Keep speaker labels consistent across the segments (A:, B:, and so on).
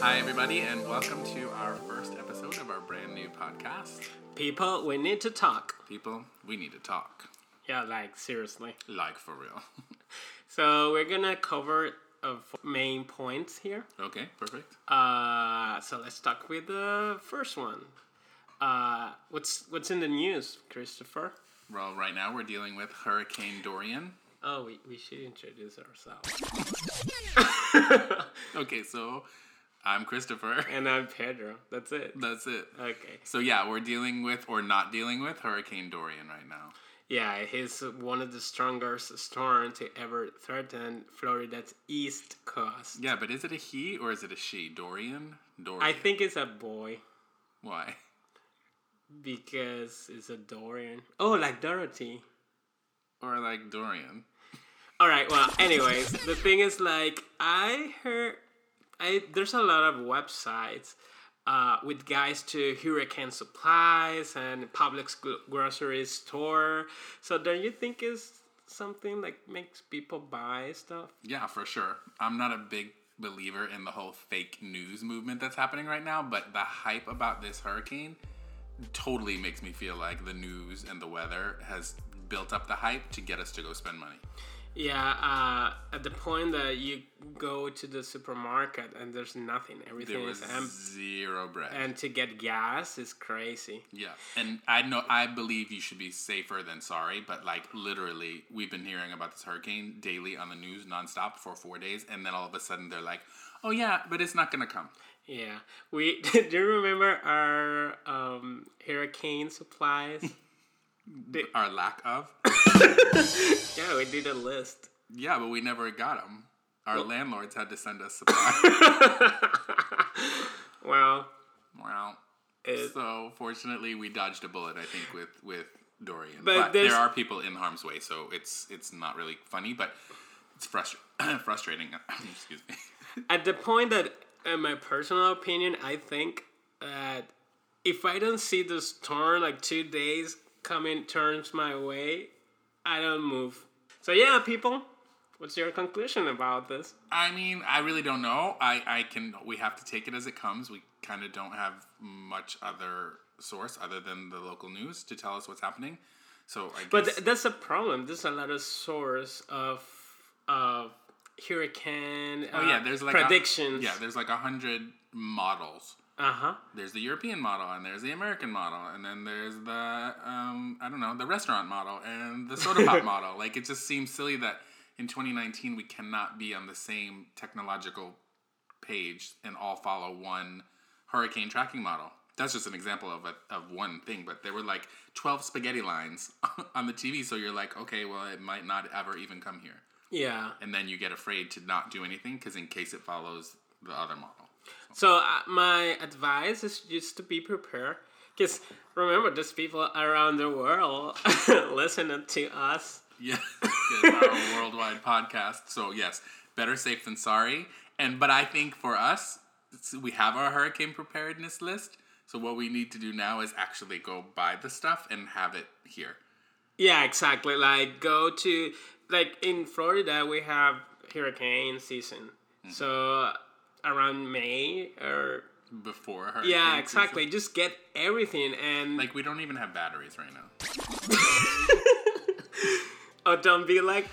A: Hi, everybody, and welcome to our first episode of our brand new podcast.
B: People, we need to talk.
A: People, we need to talk.
B: Yeah, like seriously.
A: Like, for real.
B: So we're gonna cover uh, four main points here.
A: okay, perfect.
B: Uh, so let's start with the first one. Uh, what's what's in the news, Christopher?
A: Well, right now we're dealing with Hurricane Dorian.
B: Oh, we, we should introduce ourselves.
A: Okay, so I'm Christopher.
B: and I'm Pedro. That's it.
A: That's it.
B: Okay.
A: So, yeah, we're dealing with or not dealing with Hurricane Dorian right now.
B: Yeah, he's one of the strongest storm to ever threaten Florida's east coast.
A: Yeah, but is it a he or is it a she? Dorian? Dorian.
B: I think it's a boy
A: Why?
B: because it's a Dorian. Oh, like Dorothy.
A: Or like Dorian.
B: All right. Well, anyways, the thing is, like, I heard, I there's a lot of websites uh, with guys to hurricane supplies and public sc- grocery store. So don't you think it's something like makes people buy stuff?
A: Yeah, for sure. I'm not a big believer in the whole fake news movement that's happening right now, but the hype about this hurricane totally makes me feel like the news and the weather has built up the hype to get us to go spend money.
B: Yeah. Uh, at the point that you go to the supermarket and there's nothing,
A: There
B: everything
A: was
B: is empty.
A: zero bread.
B: And to get gas is crazy.
A: yeah. And I know I believe you should be safer than sorry, but like literally we've been hearing about this hurricane daily on the news nonstop for 4 days and then all of a sudden they're like, "Oh yeah, but it's not going to come."
B: Yeah, we do. You remember our um, hurricane supplies?
A: Our lack of
B: yeah, we did a list.
A: Yeah, but we never got them. Our landlords had to send us supplies.
B: Well,
A: wow.
B: It-
A: so fortunately, we dodged a bullet. I think with with Dorian,
B: But
A: but, there
B: there's-
A: are people in harm's way, so it's it's not really funny, but it's frustra- frustrating. Excuse me.
B: at the point that, in my personal opinion, I think that if I don't see the storm like two days coming turns my way, I don't move. So yeah, people, what's your conclusion about this?
A: I mean, I really don't know. I I can. We have to take it as it comes. We kind of don't have much other source other than the local news to tell us what's happening. So I guess.
B: But th- that's a problem. There's a lot of source of of hurricane.
A: Oh yeah, there's like a-
B: predictions.
A: yeah, there's like a hundred models.
B: Uh huh.
A: there's the European model and there's the American model and then there's the um, I don't know the restaurant model and the soda pop model. Like it just seems silly that in 2019 we cannot be on the same technological page and all follow one hurricane tracking model. That's just an example of a, of one thing, but there were like 12 spaghetti lines on the TV, so you're like, okay, well it might not ever even come here,
B: Yeah.
A: and then you get afraid to not do anything because in case it follows the other model.
B: So uh, my advice is just to be prepared, because remember, there's people around the world listening to us.
A: Yes, yes, our worldwide podcast. So yes, better safe than sorry. And but I think for us, it's- we have our hurricane preparedness list. So what we need to do now is actually go buy the stuff and have it here.
B: Yeah, exactly. Like go to like in Florida, we have hurricane season.
A: Mm-hmm.
B: So around May or
A: Before hurricane.
B: yeah,
A: season.
B: exactly. Just get everything and
A: Like we don't even have batteries right now.
B: Oh, don't be like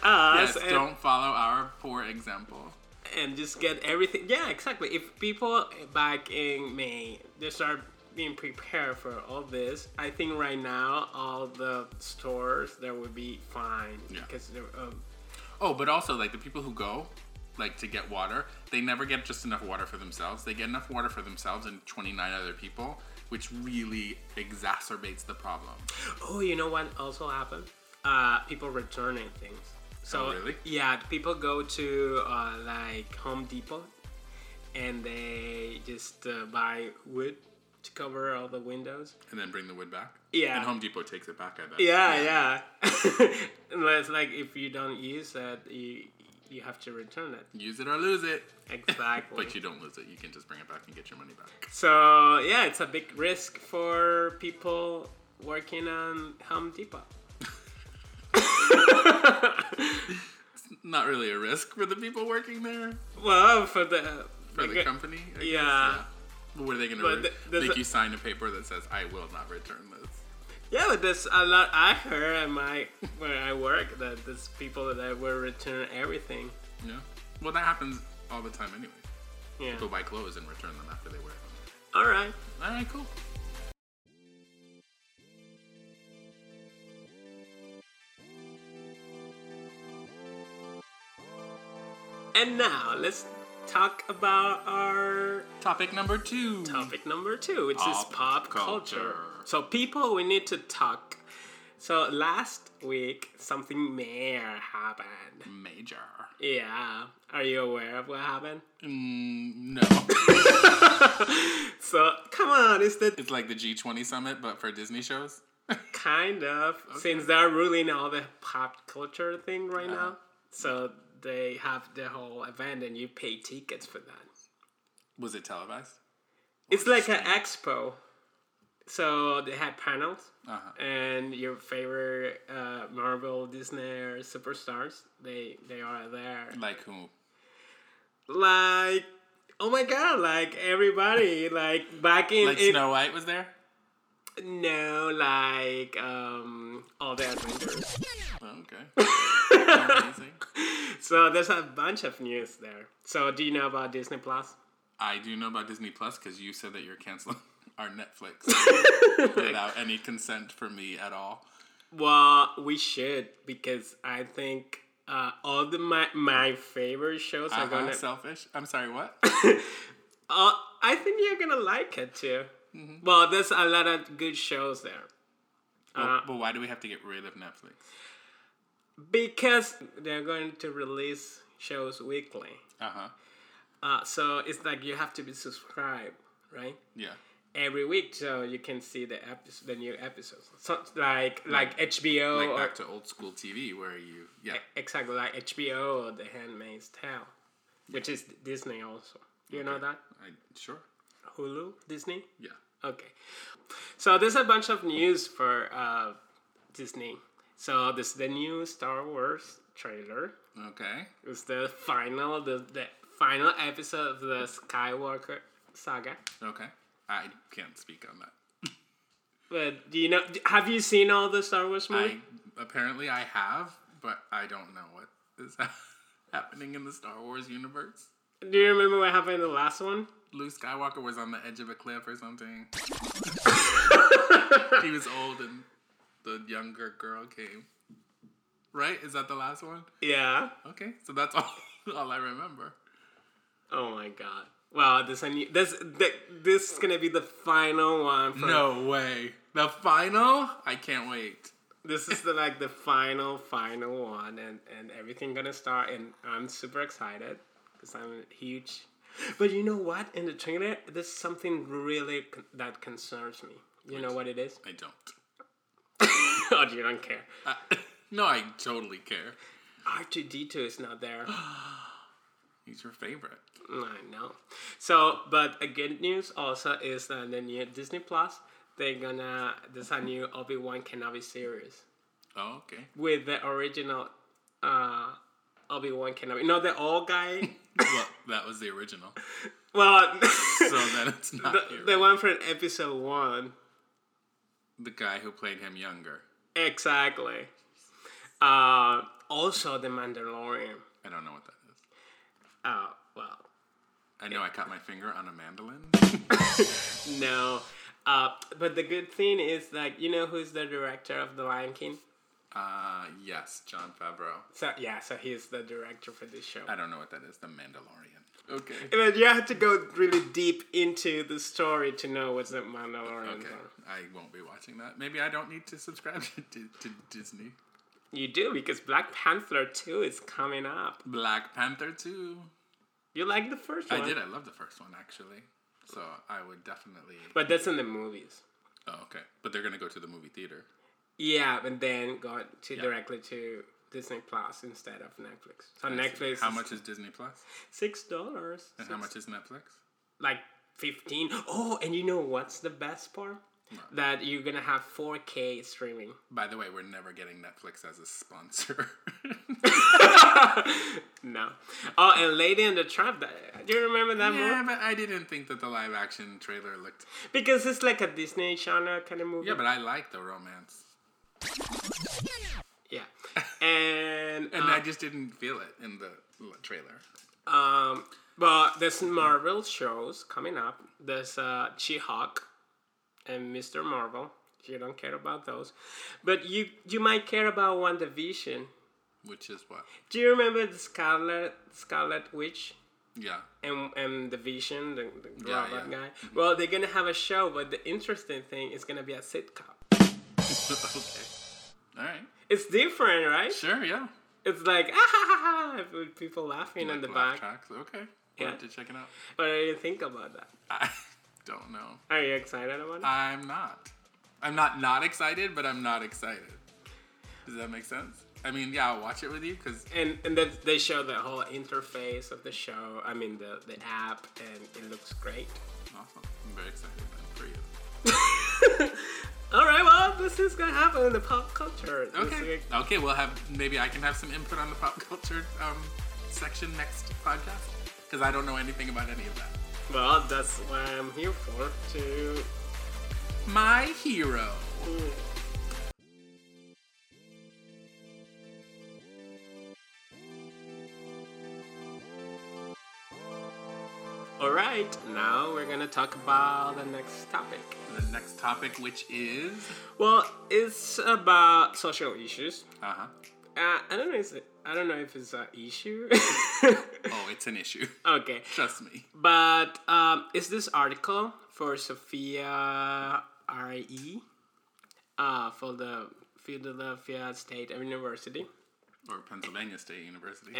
A: Yes,
B: us and,
A: don't follow our poor example.
B: and just get everything. Yeah, exactly. If people back in May they start being prepared for all this, I think right now all the stores there will be fine
A: Yeah.
B: because they're. Um,
A: Oh, but also like the people who go like to get water, they never get just enough water for themselves. They get enough water for themselves and 29 other people, which really exacerbates the problem.
B: oh, you know what also happened? Uh, people returning things. So
A: Oh, really?
B: yeah, people go to uh, like Home Depot and they just uh, buy wood to cover all the windows.
A: And then bring the wood back?
B: Yeah.
A: And Home Depot takes it back, I bet.
B: Yeah, yeah. Unless like if you don't use that, you you have to return it.
A: Use it or lose it.
B: Exactly.
A: But you don't lose it. You can just bring it back and get your money back.
B: so yeah, it's a big risk for people working on Home Depot.
A: Not really a risk for the people working there.
B: Well, for the
A: for the
B: Like, uh,
A: company. I guess,
B: yeah.
A: But were they gonna
B: But
A: re-
B: th- there's
A: make
B: a-
A: you sign a paper that says I will not return this?
B: Yeah, but there's a lot. I heard at my where I work that there's people that will return everything.
A: Yeah. Well, that happens all the time anyway.
B: Yeah.
A: People buy clothes and return them after they wear them.
B: All right.
A: All right, cool.
B: And now let's talk about our
A: Topic number two.
B: topic number two, which
A: Pop
B: is pop culture.
A: culture.
B: So, people, we need to talk. So, last week, something major happened.
A: Major.
B: Yeah. Are you aware of what happened?
A: Mm, no.
B: So, come on, is that
A: it's like the G20 summit, but for Disney shows.
B: kind of since they're ruling all the pop culture thing right now? So, they have the whole event and you pay tickets for that.
A: Was it televised?
B: It's like an expo. So they had panels,
A: Uh-huh.
B: and your favorite uh, Marvel, Disney, or superstars they they are there.
A: Like who?
B: Like, oh my god! Like everybody, like back in,
A: Like
B: in-
A: Snow White was there?
B: no, like um, all the adventures.
A: Oh, okay. Amazing.
B: so there's a bunch of news there. So do you know about Disney Plus?
A: I do know about Disney Plus because you said that you're canceling our Netflix without any consent from me at all.
B: Well, we should because I think uh, all the my my favorite shows are
A: I'm
B: gonna.
A: Uh-huh. selfish. I'm sorry, what?
B: Uh, I think you're gonna like it too. Well, there's a lot of good shows there
A: Well, but why do we have to get rid of Netflix?
B: because they're going to release shows weekly.
A: Uh huh.
B: Uh, so it's like you have to be subscribed, right?
A: Yeah.
B: Every week, so you can see the episode, the new episodes. So like like HBO
A: Like
B: or
A: back to old school TV where you, yeah.
B: exactly like HBO or The Handmaid's Tale, which is Disney also. You know that
A: I, sure.
B: Hulu, Disney.
A: Yeah.
B: Okay. So there's a bunch of news for uh, Disney. So this the new Star Wars trailer.
A: Okay.
B: It's the final the, the final episode of the Skywalker saga.
A: Okay. I can't speak on that.
B: But do you know have you seen all the Star Wars movies?
A: I apparently I have, but I don't know what is happening in the Star Wars universe.
B: Do you remember what happened in the last one?
A: Luke Skywalker was on the edge of a cliff or something. he was old and the younger girl came. Right? Is that the last one?
B: Yeah.
A: Okay, so that's all, all I remember.
B: Oh my god. Wow, this a new, this th- this is gonna be the final one. For,
A: No way. The final? I can't wait.
B: this is the like the final final one and and everything gonna start and i'm super excited because i'm huge but you know what in the trailer there's something really con- that concerns me you know what it is
A: I don't.
B: oh you don't care
A: I- no, I totally care.
B: r2d2 is not there
A: He's your favorite.
B: i know so but a good news also is that the new disney plus they're gonna there's a new obi-wan kenobi series
A: Oh, okay.
B: with the original uh obi-wan kenobi no the old guy
A: Well, that was the original.
B: Well,
A: So then it's not
B: the,
A: the,
B: the one from episode one.
A: the guy who played him younger.
B: Exactly. Uh, also, The Mandalorian.
A: I don't know what that is.
B: Oh, well,
A: I know I cut my finger on a mandolin.
B: no. Uh, but the good thing is, like, you know who's the director of The Lion King?
A: Uh, yes, John Favreau.
B: So, yeah, so he's the director for this show.
A: I don't know what that is. The Mandalorian. Okay.
B: But you have to go really deep into the story to know what's The Mandalorian.
A: Okay.
B: are.
A: I won't be watching that. Maybe I don't need to subscribe to, to, to Disney.
B: You do, because Black Panther 2 is coming up.
A: Black Panther 2.
B: You like the first
A: I
B: one?
A: did. I love the first one, actually. So I would definitely.
B: But that's in the movies.
A: Oh, okay. But they're going to go to the movie theater.
B: Yeah, but then go to directly to Disney Plus instead of Netflix. So Netflix
A: How
B: is
A: much Uh-huh. is Disney Plus?
B: six dollars.
A: And how much is Netflix?
B: Like fifteen. Oh, and you know what's the best part? That you're gonna have 4K streaming.
A: By the way, we're never getting Netflix as a sponsor.
B: no. Oh, and Lady and the Tramp. that- Do you remember that
A: Yeah,
B: movie?
A: but I didn't think that the live action trailer looked.
B: Because it's like a Disney Channel kind of movie.
A: Yeah, but I like the romance,
B: Yeah. And,
A: and
B: uh,
A: I just didn't feel it in the l- trailer.
B: Um, but there's Marvel shows coming up. There's uh, She-Hulk and Mr. Marvel. You don't care about those, but you you might care about WandaVision.
A: Which is what?
B: Do you remember the Scarlet Scarlet Witch
A: Yeah.
B: and and the Vision, the, the
A: Yeah,
B: robot
A: yeah.
B: guy? Well, they're gonna have a show, but the interesting thing is gonna be a sitcom.
A: okay. All right.
B: It's different, right?
A: Sure. Yeah.
B: It's like ah, ha, ha, ha, with people laughing in the
A: Laugh
B: back.
A: Tracks. Okay.
B: Yeah.
A: We'll have to check it out.
B: What do you think about that?
A: I don't know.
B: Are you excited about it?
A: I'm not. I'm not not excited, but I'm not excited. Does that make sense? I mean, yeah, I'll watch it with you because
B: and and then they show the whole interface of the show. I mean the the app, and it looks great.
A: awesome. I'm very excited then for you.
B: All right, well, this is gonna happen in the pop culture. this
A: Okay.
B: week.
A: Okay, we'll have maybe I can have some input on the pop culture um, section next podcast because I don't know anything about any of that.
B: Well, that's what I'm here for. To
A: My hero.
B: all right, now we're gonna talk about the next topic.
A: The next topic, which is
B: Well, it's about social issues.
A: uh huh.
B: Uh, I don't know. If it's, I don't know if it's an issue.
A: Oh, it's an issue.
B: okay.
A: Trust me.
B: But um, is this article for Sophia R.E. Uh, for the Philadelphia State University?
A: Or Pennsylvania State University.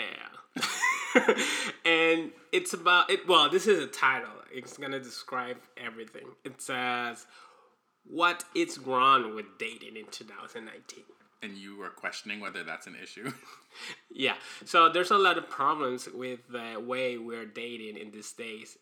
B: Yeah. and it's about it. Well, this is a title. It's gonna describe everything. It says, "What is wrong with dating in 2019?"
A: And you were questioning whether that's an issue.
B: Yeah. So there's a lot of problems with the way we're dating in these days.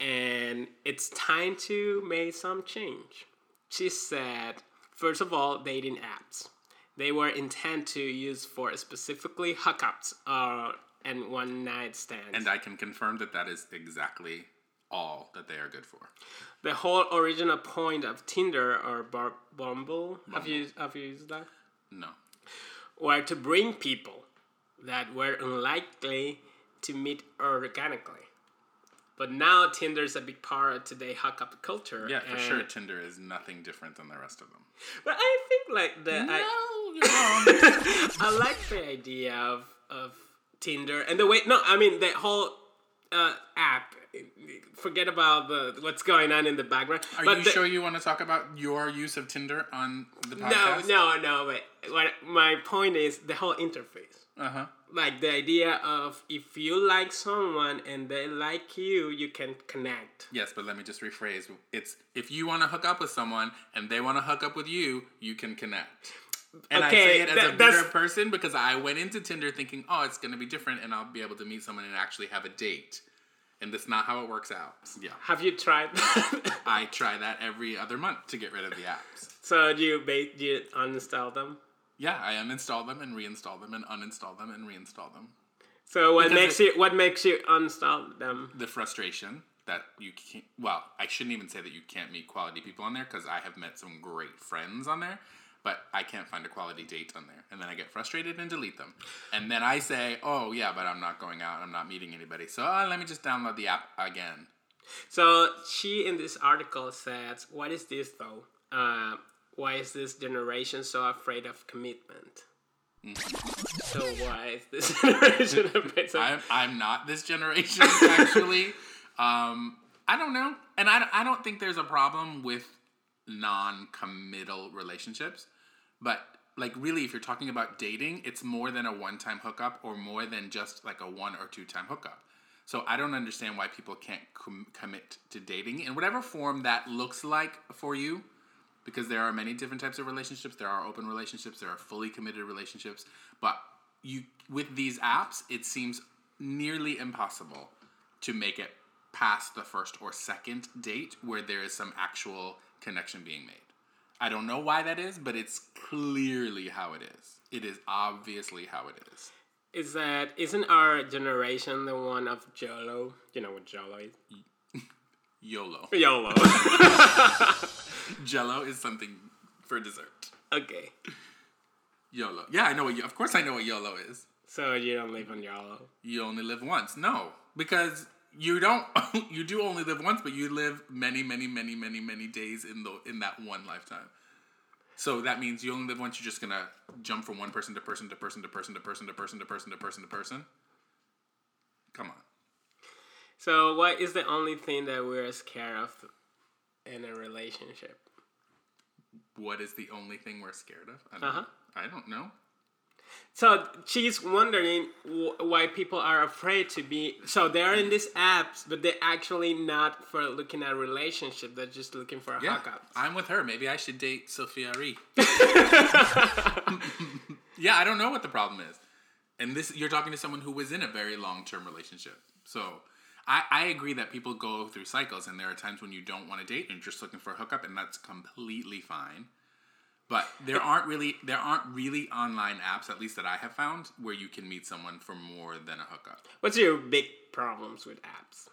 B: And it's time to make some change. She said, first of all, dating apps. They were intent to use for specifically hookups uh, and one night stands.
A: and I can confirm that that is exactly all that they are good for.
B: the whole original point of Tinder or Bar- Bumble, have you have you used that?
A: No.
B: Were to bring people that were unlikely to meet organically. But now Tinder's a big part of today hookup culture.
A: Yeah, for
B: and-
A: sure, Tinder is nothing different than the rest of them.
B: But I think like the I,
A: no, you're wrong.
B: I like the idea of of Tinder and the way no, I mean the whole uh, app. Forget about the what's going on in the background.
A: Are
B: but
A: you
B: the-
A: sure you want to talk about your use of Tinder on the
B: No,
A: podcast?
B: no, no. But what my point is the whole interface.
A: Uh huh.
B: like the idea of if you like someone and they like you, you can connect.
A: Yes, but let me just rephrase. It's if you want to hook up with someone and they want to hook up with you, you can connect. And I say
B: Okay,
A: it as
B: that-
A: a
B: that's-
A: bitter person because I went into Tinder thinking, oh, it's going to be different and I'll be able to meet someone and actually have a date. And that's not how it works out. Yeah.
B: Have you tried? that?
A: I try that every other month to get rid of the apps.
B: so do you ba- do you uninstall them?
A: Yeah, I uninstall them and reinstall them and uninstall them and reinstall them.
B: So what
A: Because
B: makes you what makes you uninstall them?
A: The frustration that you can't, well, I shouldn't even say that you can't meet quality people on there because I have met some great friends on there, but I can't find a quality date on there. And then I get frustrated and delete them. And then I say, oh, yeah, but I'm not going out, I'm not meeting anybody. So uh, let me just download the app again.
B: So she in this article says, "What is this though? Uh, why is this generation so afraid of commitment?" So why is this generation afraid of
A: I'm, I'm not this generation, actually. um, I don't know. And I, I don't think there's a problem with non committal relationships. But, like, really, if you're talking about dating, it's more than a one time hookup or more than just like a one or two time hookup. So I don't understand why people can't com- commit to dating in whatever form that looks like for you because there are many different types of relationships. There are open relationships, there are fully committed relationships, but you with these apps, it seems nearly impossible to make it past the first or second date where there is some actual connection being made. I don't know why that is, but it's clearly how it is. It is obviously how it is.
B: is that isn't our generation the one of Jolo? You know what Jolo is?
A: YOLO.
B: Yolo.
A: Jello is something for dessert.
B: okay.
A: YOLO. Yeah, I know what. y- Of course, I know what YOLO is.
B: So you don't live on Yolo.
A: You only live once. No, because you don't. you do only live once, but you live many, many, many, many, many days in the in that one lifetime. So that means you only live once. You're just gonna jump from one person to person to person to person to person to person to person to person to person. Come on.
B: So what is the only thing that we're scared of in a relationship?
A: What is the only thing we're scared of? I don't,
B: Uh-huh.
A: I don't know.
B: So she's wondering wh- why people are afraid to be. So they are in these apps, but they're actually not for looking at relationship. They're just looking for a
A: Yeah,
B: hookup.
A: I'm with her. Maybe I should date Sophia Ree. yeah, I don't know what the problem is. And this, you're talking to someone who was in a very long term relationship. So I, I agree that people go through cycles, and there are times when you don't want to date and you're just looking for a hookup, and that's completely fine. But there aren't really there aren't really online apps, at least that I have found, where you can meet someone for more than a hookup.
B: What's your big problems with apps?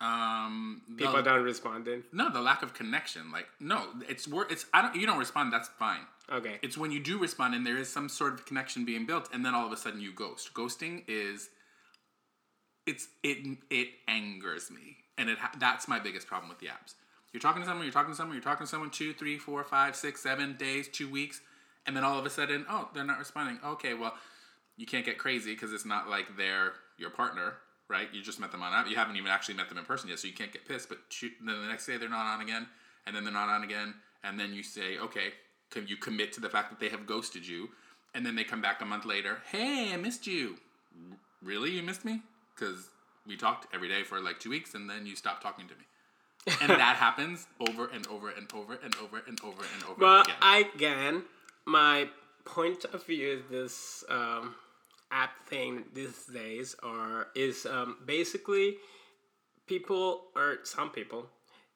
A: Um, the-
B: People don't responding.
A: no, the lack of connection. Like, no, it's wor- it's I don't you don't respond. That's fine.
B: Okay.
A: It's when you do respond and there is some sort of connection being built, and then all of a sudden you ghost. Ghosting is, it's it it angers me, and it ha- that's my biggest problem with the apps. You're talking to someone, you're talking to someone, you're talking to someone two, three, four, five, six, seven days, two weeks, and then all of a sudden, oh, they're not responding. Okay, well, you can't get crazy because it's not like they're your partner, right? You just met them on app. You haven't even actually met them in person yet, so you can't get pissed. But shoot, then the next day they're not on again, and then they're not on again, and then you say, okay, can you commit to the fact that they have ghosted you? And then they come back a month later. Hey, I missed you. R- Really, you missed me? Because we talked every day for like two weeks, and then you stopped talking to me. and that happens over and over and over and over and over and over
B: But
A: again.
B: I- again, my point of view is this um, app thing these days are is um, basically people or some people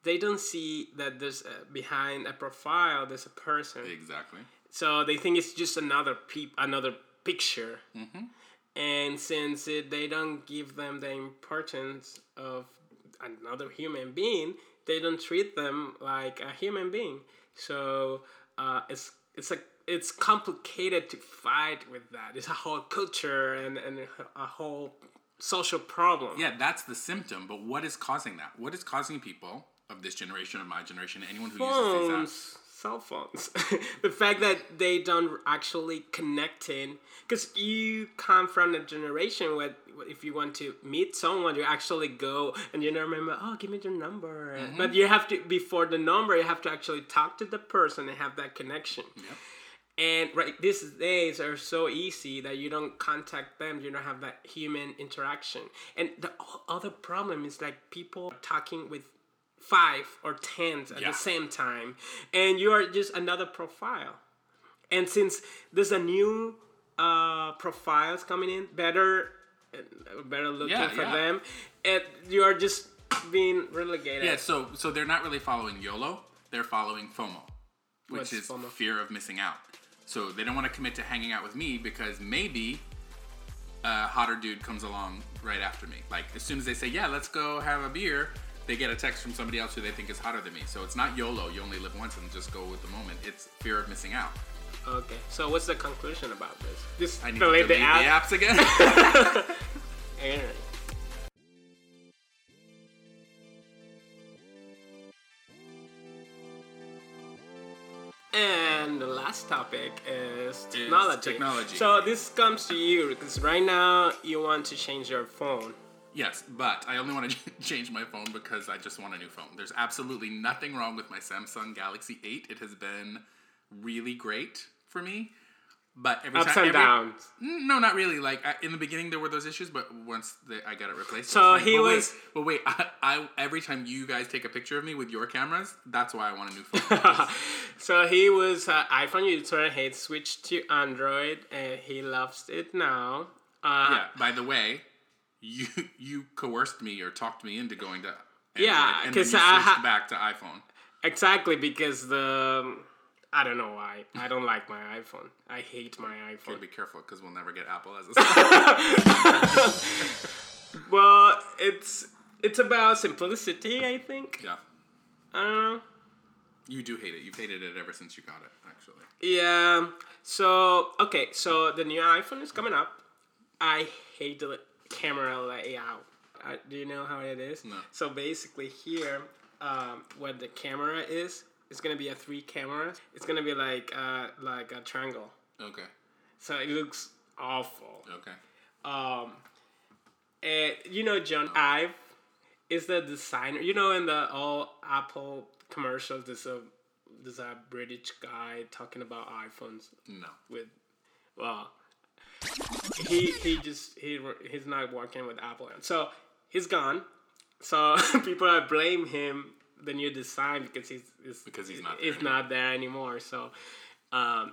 B: they don't see that there's uh behind a profile there's a person,
A: exactly.
B: so they think it's just another peep another picture. And since it, they don't give them the importance of another human being, they don't treat them like a human being. So uh, it's it's a it's complicated to fight with that. It's a whole culture and, and a whole social problem.
A: Yeah, that's the symptom. But what is causing that? What is causing people of this generation, of my generation, anyone who uses these apps?
B: phones, cell phones. the fact that they don't actually connect in, because you come from a generation where if you want to meet someone, you actually go and you don't remember. Oh, give me your number. But you have to before the number, you have to actually talk to the person and have that connection. And right, these days are so easy that you don't contact them. You don't have that human interaction. And the o- other problem is like people talking with five or ten at
A: Yeah.
B: the same time, and you are just another profile. And since there's a new uh, profiles coming in, better, uh, better looking
A: Yeah,
B: for
A: yeah.
B: them, and you are just being relegated.
A: Yeah, so so they're not really following YOLO, they're following FOMO, which
B: What's
A: is
B: FOMO?
A: fear of missing out. So they don't want to commit to hanging out with me because maybe a hotter dude comes along right after me. Like as soon as they say, "Yeah, let's go have a beer," they get a text from somebody else who they think is hotter than me. So it's not YOLO, you only live once and just go with the moment. It's fear of missing out.
B: Okay. So what's the conclusion about this? Just
A: I need
B: delete
A: to delete
B: the app.
A: the apps again.
B: Alright. And the last topic is technology.
A: technology.
B: So this comes to you because right now you want to change your phone.
A: Yes, but I only want to change my phone because I just want a new phone. There's absolutely nothing wrong with my Samsung Galaxy 8. It has been really great for me. But every
B: Ups
A: time,
B: and
A: every- Mm,
B: downs.
A: No, not really. Like I, in the beginning, there were those issues, but once they, I got it replaced,
B: So
A: it's like,
B: he
A: well,
B: was-
A: Wait, well, wait. I, I every time you guys take a picture of me with your cameras, that's why I want a new phone.
B: so he was an iPhone user. He switched to Android and he loves it now. Uh,
A: yeah. By the way, you you coerced me or talked me into going to Android,
B: Yeah,
A: and then you
B: 'cause
A: switched
B: I ha-
A: back to iPhone.
B: Exactly because the I don't know why. I don't like my iPhone. I hate my
A: Gotta
B: iPhone.
A: be careful because we'll never get Apple as a sponsor.
B: Well, it's it's about simplicity, I think.
A: yeah.
B: Uh,
A: You do hate it. You've hated it ever since you got it, actually.
B: yeah. So okay, so the new iPhone is coming up. I hate the camera layout. Uh, do you know how it is?
A: No.
B: So basically, here, um, what the camera is, it's gonna be a three cameras. It's gonna be like uh, like a triangle.
A: Okay.
B: So it looks awful.
A: Okay.
B: Um, and you know, John Ive is the designer. You know, in the all Apple commercials, there's a there's a British guy talking about iPhones
A: No.
B: with, well, he he just he he's not working with Apple, so he's gone. So people are blame him the new design because he's, he's
A: Because he's not there
B: he's not there anymore. So. Um,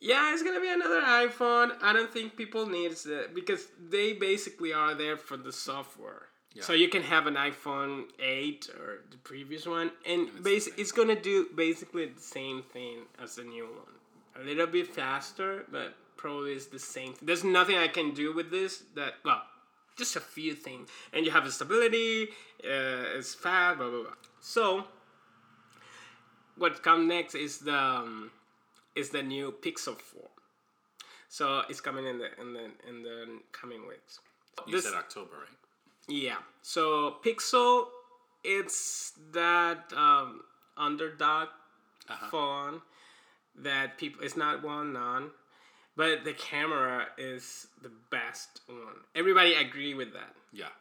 B: yeah, it's gonna be another iPhone. I don't think people needs it because they basically are there for the software. So you can have an iPhone eight or the previous one, and basi- it's gonna do basically the same thing as the new one. A little bit faster, but probably it's the same. Thing. There's nothing I can do with this. That well, just a few things, and you have the stability. Uh, it's fast, blah blah blah. So what comes next is the um, is the new Pixel Four. So it's coming in the in the in the coming weeks.
A: You
B: This-
A: said October, right?
B: yeah. So Pixel, it's that um, underdog phone that people. It's not well known, but the camera is the best one. Everybody agree with that.
A: Yeah.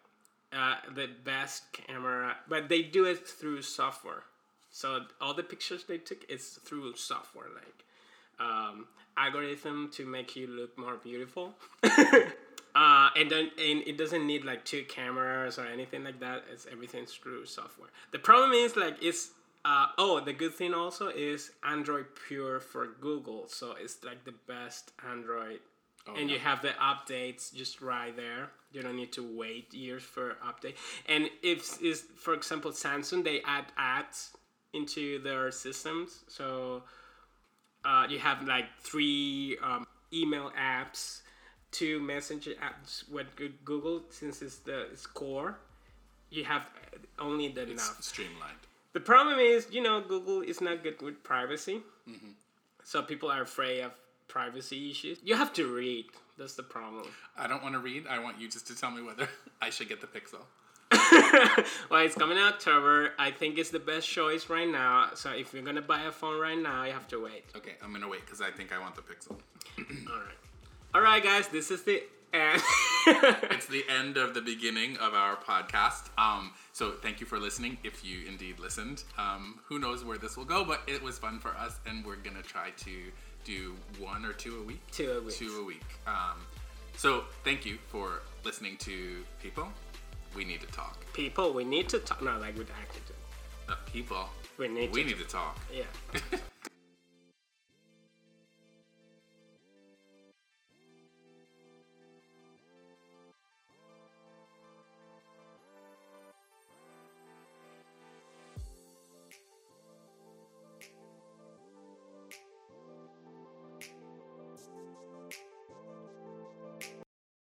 B: Uh, the best camera, but they do it through software. So all the pictures they took is through software, like um, algorithm to make you look more beautiful. uh, and then and it doesn't need like two cameras or anything like that. It's everything's through software. The problem is like it's uh, oh the good thing also is Android Pure for Google, so it's like the best Android. and you have the updates just right there. You don't need to wait years for update. And if is for example Samsung, they add ads into their systems, so uh, you have like three um, email apps, two messenger apps with Goo- Google since it's the it's core. You have only that now.
A: It's streamlined.
B: The problem is, you know, Google is not good with privacy,
A: Mm-hmm.
B: so people are afraid of privacy issues. You have to read. That's the problem.
A: I don't want to read. I want you just to tell me whether I should get the Pixel.
B: well, it's coming out October. I think it's the best choice right now. So if you're gonna buy a phone right now, you have to wait.
A: Okay, I'm gonna wait because I think I want the Pixel.
B: All right, all right, guys. This is the end.
A: It's the end of the beginning of our podcast. Um, so thank you for listening. If you indeed listened, um, who knows where this will go, but it was fun for us, and we're gonna try to do one or two a week.
B: Two a week.
A: Two a week. Um, so thank you for listening to people. We need to talk.
B: People, we need to talk. No, like with actitude.
A: The people.
B: We need
A: We
B: to.
A: need to talk.
B: Yeah.